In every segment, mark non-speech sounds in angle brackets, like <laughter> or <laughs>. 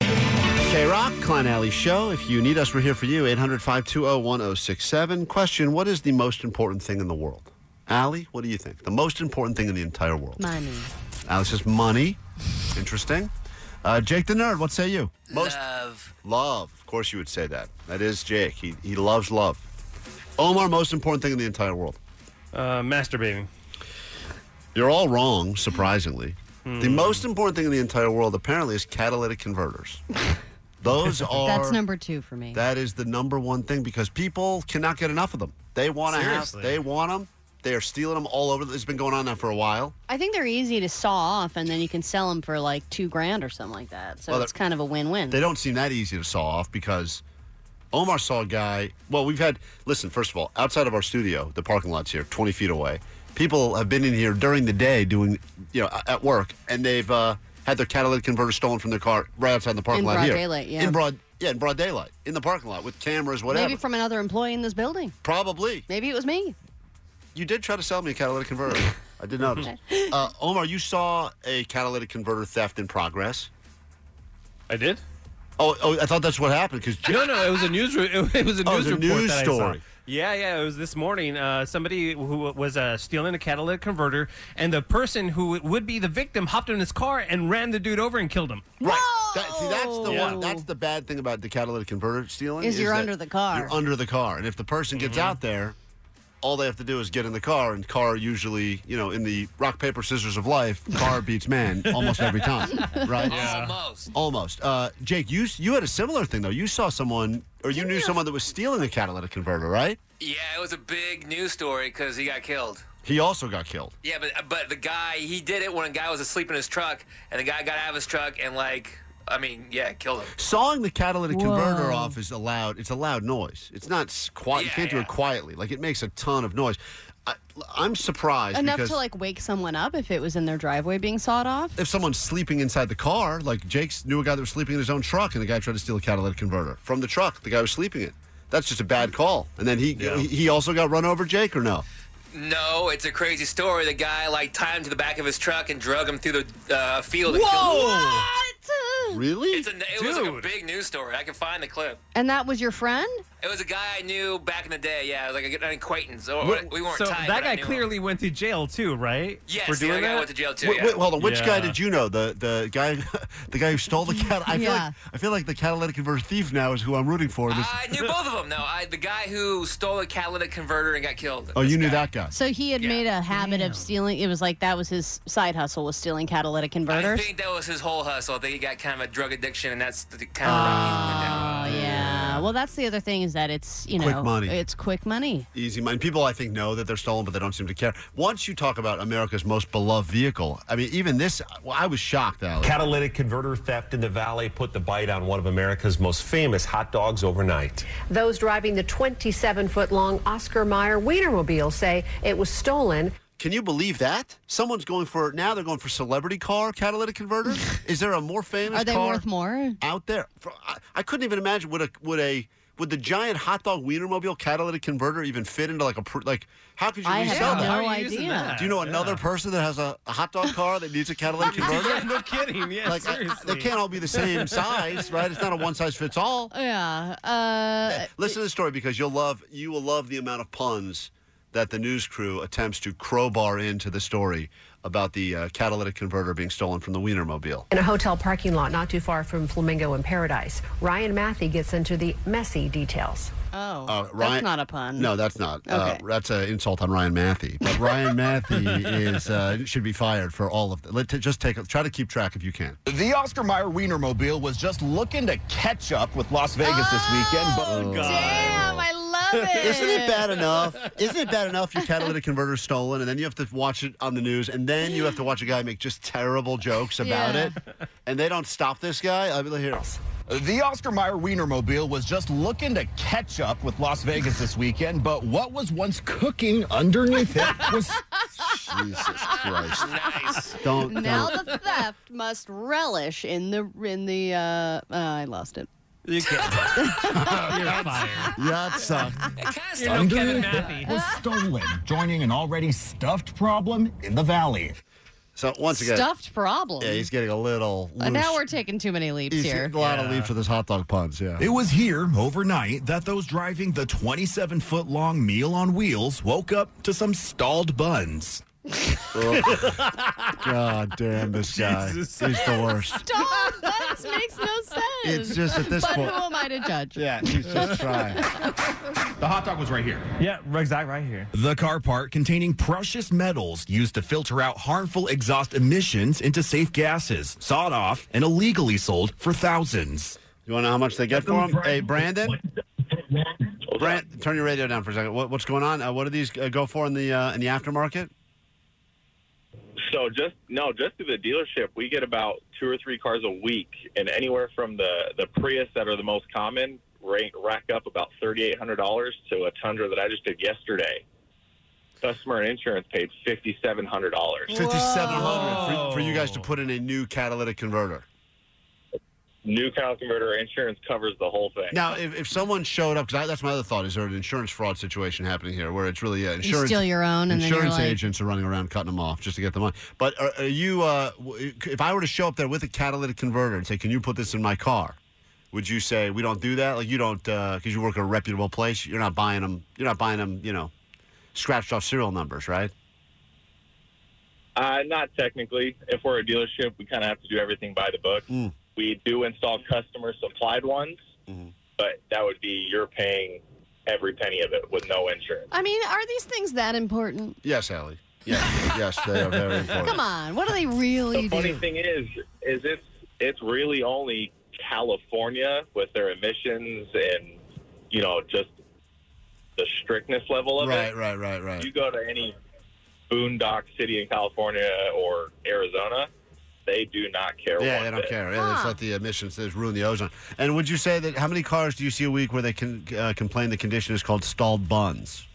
K Rock, Klein Alley Show. If you need us, we're here for you. 800 520 1067. Question What is the most important thing in the world? Allie, what do you think? The most important thing in the entire world? Money. Alice says money. Interesting. Uh, Jake the Nerd, what say you? Most Love. love. Of course you would say that. That is Jake. He, he loves love. Omar, most important thing in the entire world. Uh, masturbating. You're all wrong, surprisingly. Hmm. The most important thing in the entire world, apparently, is catalytic <laughs> converters. Those are. That's number two for me. That is the number one thing because people cannot get enough of them. They want to have. Seriously. They want them. They are stealing them all over. It's been going on now for a while. I think they're easy to saw off, and then you can sell them for like two grand or something like that. So Well, it's they're- kind of a win-win. They don't seem that easy to saw off because Omar saw a guy. Well, we've had. Listen, first of all, outside of our studio, the parking lot's here, 20 feet away. People have been in here during the day doing, you know, at work, and they've uh, had their catalytic converter stolen from their car right outside the parking lot broad here. daylight, yeah. In broad, yeah, in broad daylight, in the parking lot with cameras, whatever. Maybe from another employee in this building. Probably. Maybe it was me. You did try to sell me a catalytic converter. I did notice. <laughs> Uh, Omar, you saw a catalytic converter theft in progress. I did? Oh, oh I thought that's what happened <laughs> because <laughs> No, no, it was a news. Re- it was a news Oh, it was a report news that I story. saw. Yeah, yeah, it was this morning. Uh, somebody who was uh, stealing a catalytic converter, and the person who would be the victim hopped in his car and ran the dude over and killed him. right. That, see, that's the No! one. That's the bad thing about the catalytic converter stealing Is you're that under the car. You're under the car, and if the person gets out there, all they have to do is get in the car, and car usually, you know, in the rock paper scissors of life, <laughs> car beats man almost every time, right? Almost. Almost. Uh, Jake, you you had a similar thing though. You saw someone, or you knew someone that was stealing a catalytic converter, right? Yeah, it was a big news story because he got killed. He also got killed. Yeah, but but the guy he did it when a guy was asleep in his truck, and the guy got out of his truck and like, I mean, yeah, killed him. Sawing the catalytic converter Whoa. off is a loud. It's a loud noise. It's not s- quiet. you Yeah, can't do yeah. it quietly. Like it makes a ton of noise. I, I'm surprised Enough because to like wake someone up if it was in their driveway being sawed off. if someone's sleeping inside the car, like Jake's knew a guy that was sleeping in his own truck, and the guy tried to steal a catalytic converter from the truck. The guy was sleeping in. That's just a bad call. And then he he, he also got run over, Jake, or no? No, it's a crazy story. The guy like tied him to the back of his truck and drug him through the uh, field. And Killed him. Really? It's a, it was like a Dude. big news story. I can find the clip. And that was your friend? It was a guy I knew back in the day. Yeah, it was like an acquaintance. Or, we weren't so tied. that but I guy knew him. clearly went to jail too, right? Yes, for the doing other guy that. went to jail too. Wait, yeah. wait, hold on. Which guy Yeah. did you know? The the guy, <laughs> the guy who stole <laughs> the cat. I feel Yeah. like I feel like the catalytic converter thief now is who I'm rooting for. in This. I knew both of them. No, I, the guy who stole a catalytic converter and got killed. oh, you This knew guy. that guy. So he had Yeah. made a habit of stealing. It was like that was his side hustle was stealing catalytic I converters. think that was his whole hustle. I think he got kind of a drug addiction, and that's the kind of route he went down. Oh yeah. Well, that's the other thing is that it's you know Quick money. it's quick money. Easy mind. People, I think, know that they're stolen, but they don't seem to care. Once you talk about America's most beloved vehicle, I mean, even this, well, I was shocked, Alex. Catalytic converter theft in the valley put the bite on one of America's most famous hot dogs overnight. Those driving the 27 foot long Oscar Mayer Wienermobile say it was stolen. Can you believe that? Someone's going for, now they're going for celebrity car catalytic converter? <laughs> Is there a more famous Are they car worth more? out there? For- I, I couldn't even imagine would a, would a, would the giant hot dog Wienermobile catalytic converter even fit into like a, pr- like, how could you I resell have that? How no are you using idea. that? Do you know another Yeah. person that has a, a hot dog car that needs a catalytic converter? <laughs> Yeah, no kidding. <laughs> Yeah, Like, I- I- seriously. they can't all be the same size, right? It's not a one size fits all. <laughs> Yeah. Uh, Listen to the story because you'll love you will love the amount of puns that the news crew attempts to crowbar into the story about the uh, catalytic converter being stolen from the Wienermobile. In a hotel parking lot not too far from Flamingo and Paradise, Ryan Matthey gets into the messy details. oh, Uh, that's not a pun. No, that's not. Okay. Uh, that's an insult on Ryan Matthew. But Ryan Matthew <laughs> is uh, should be fired for all of that. Let t- just take a, try to keep track if you can. The Oscar Mayer Wienermobile was just looking to catch up with Las Vegas this weekend, but Oh, Damn, I love it. <laughs> Isn't it bad enough? Isn't it bad enough your catalytic converter's stolen and then you have to watch it on the news and then you have to watch a guy make just terrible jokes about Yeah. it and they don't stop this guy? I mean, here. The Oscar Mayer Wienermobile was just looking to catch up with Las Vegas this weekend, but what was once cooking underneath it was Jesus Christ. <laughs> Nice. Don't, Now don't. the theft must relish in the in the. Uh, uh, I lost it. You can't. Oh, You're fired. Yeah, it sucked. That kind of You're no stuff. Kevin Underneath Maffey. it was stolen, joining an already stuffed problem in the valley. So once again, Stuffed problem. yeah, he's getting a little. Uh, now loose. we're taking too many leaps He's here. getting a lot of leave for this hot dog puns. Yeah. It was here overnight that those driving the 27 foot long meal on wheels woke up to some stalled buns. God damn this guy. Jesus. He's the worst. Stop! That <laughs> makes no sense. It's just at this but point. who am I to judge? Yeah, he's just trying. The hot dog was right here. Yeah, exactly right here. The car part containing precious metals used to filter out harmful exhaust emissions into safe gases, sawed off, and illegally sold for thousands. You want to know how much they get for him? Hey, Brandon. Brand, turn your radio down for a second. What, what's going on? Uh, what do these uh, go for in the uh, in the aftermarket? So just no, just through the dealership, we get about two or three cars a week, and anywhere from the the Prius that are the most common rank, rack up about thirty eight hundred dollars to a Tundra that I just did yesterday. Customer and insurance paid fifty seven hundred dollars. Fifty seven hundred for, for you guys to put in a new catalytic converter. New catalytic converter insurance covers the whole thing. Now, if, if someone showed up, because that's my other thought, is there an insurance fraud situation happening here where it's really uh, insurance? steal your own and then you're insurance like- agents are running around cutting them off just to get the money. But are, are you? Uh, w- if I were to show up there with a catalytic converter and say, "Can you put this in my car?" Would you say we don't do that? Like you don't because you work at a reputable place. You're not buying them. You're not buying them. You know, scratched off serial numbers, right? Uh, not technically. If we're a dealership, we kind of have to do everything by the book. Mm. We do install customer supplied ones, Mhm. but that would be you're paying every penny of it with no insurance. I mean, are these things that important? Yes, Allie. Yes, yes, they are <laughs> very important. Come on, what do they really The funny do? thing is, is it's it's really only California with their emissions and you know just the strictness level of Right, it. right, right, right. You go to any boondock city in California or Arizona, they do not care. Yeah, one they don't bit. care. Yeah, they just let the emissions they just ruin the ozone. And would you say that how many cars do you see a week where they can uh, complain the condition is called stalled <gasps> buns?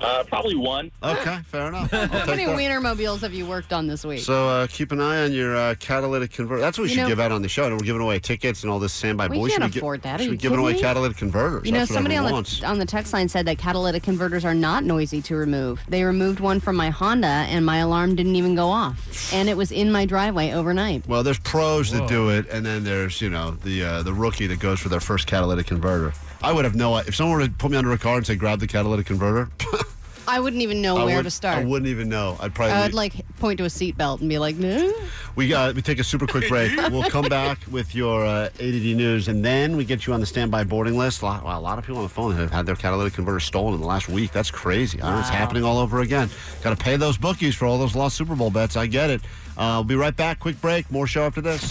Uh, probably one. Okay, fair enough. I'll How many take that. Wienermobiles have you worked on this week? So uh, keep an eye on your uh, catalytic converter. That's what we You should know- give out on the show. And we're giving away tickets and all this standby. We Boy, can't should gi- afford that. Are Should be you giving kidding away me? catalytic converters. you know, That's what somebody on everyone the wants. on the text line said that catalytic converters are not noisy to remove. They removed one from my Honda, and my alarm didn't even go off, and it was in my driveway overnight. Well, there's pros that do it, and then there's you know the uh, the rookie that goes for their first catalytic converter. I would have no. If someone were to put me under a car and say grab the catalytic converter, I wouldn't even know I where would, to start. I wouldn't even know. I'd probably I leave- would like point to a seatbelt and be like, no. We uh, we take a super quick break. We'll come back with your uh, ADD news, and then we get you on the standby boarding list. A lot, wow, a lot of people on the phone have had their catalytic converter stolen in the last week. That's crazy. I know It's happening all over again. Got to pay those bookies for all those lost Super Bowl bets. I get it. Uh, we'll be right back. Quick break. More show after this.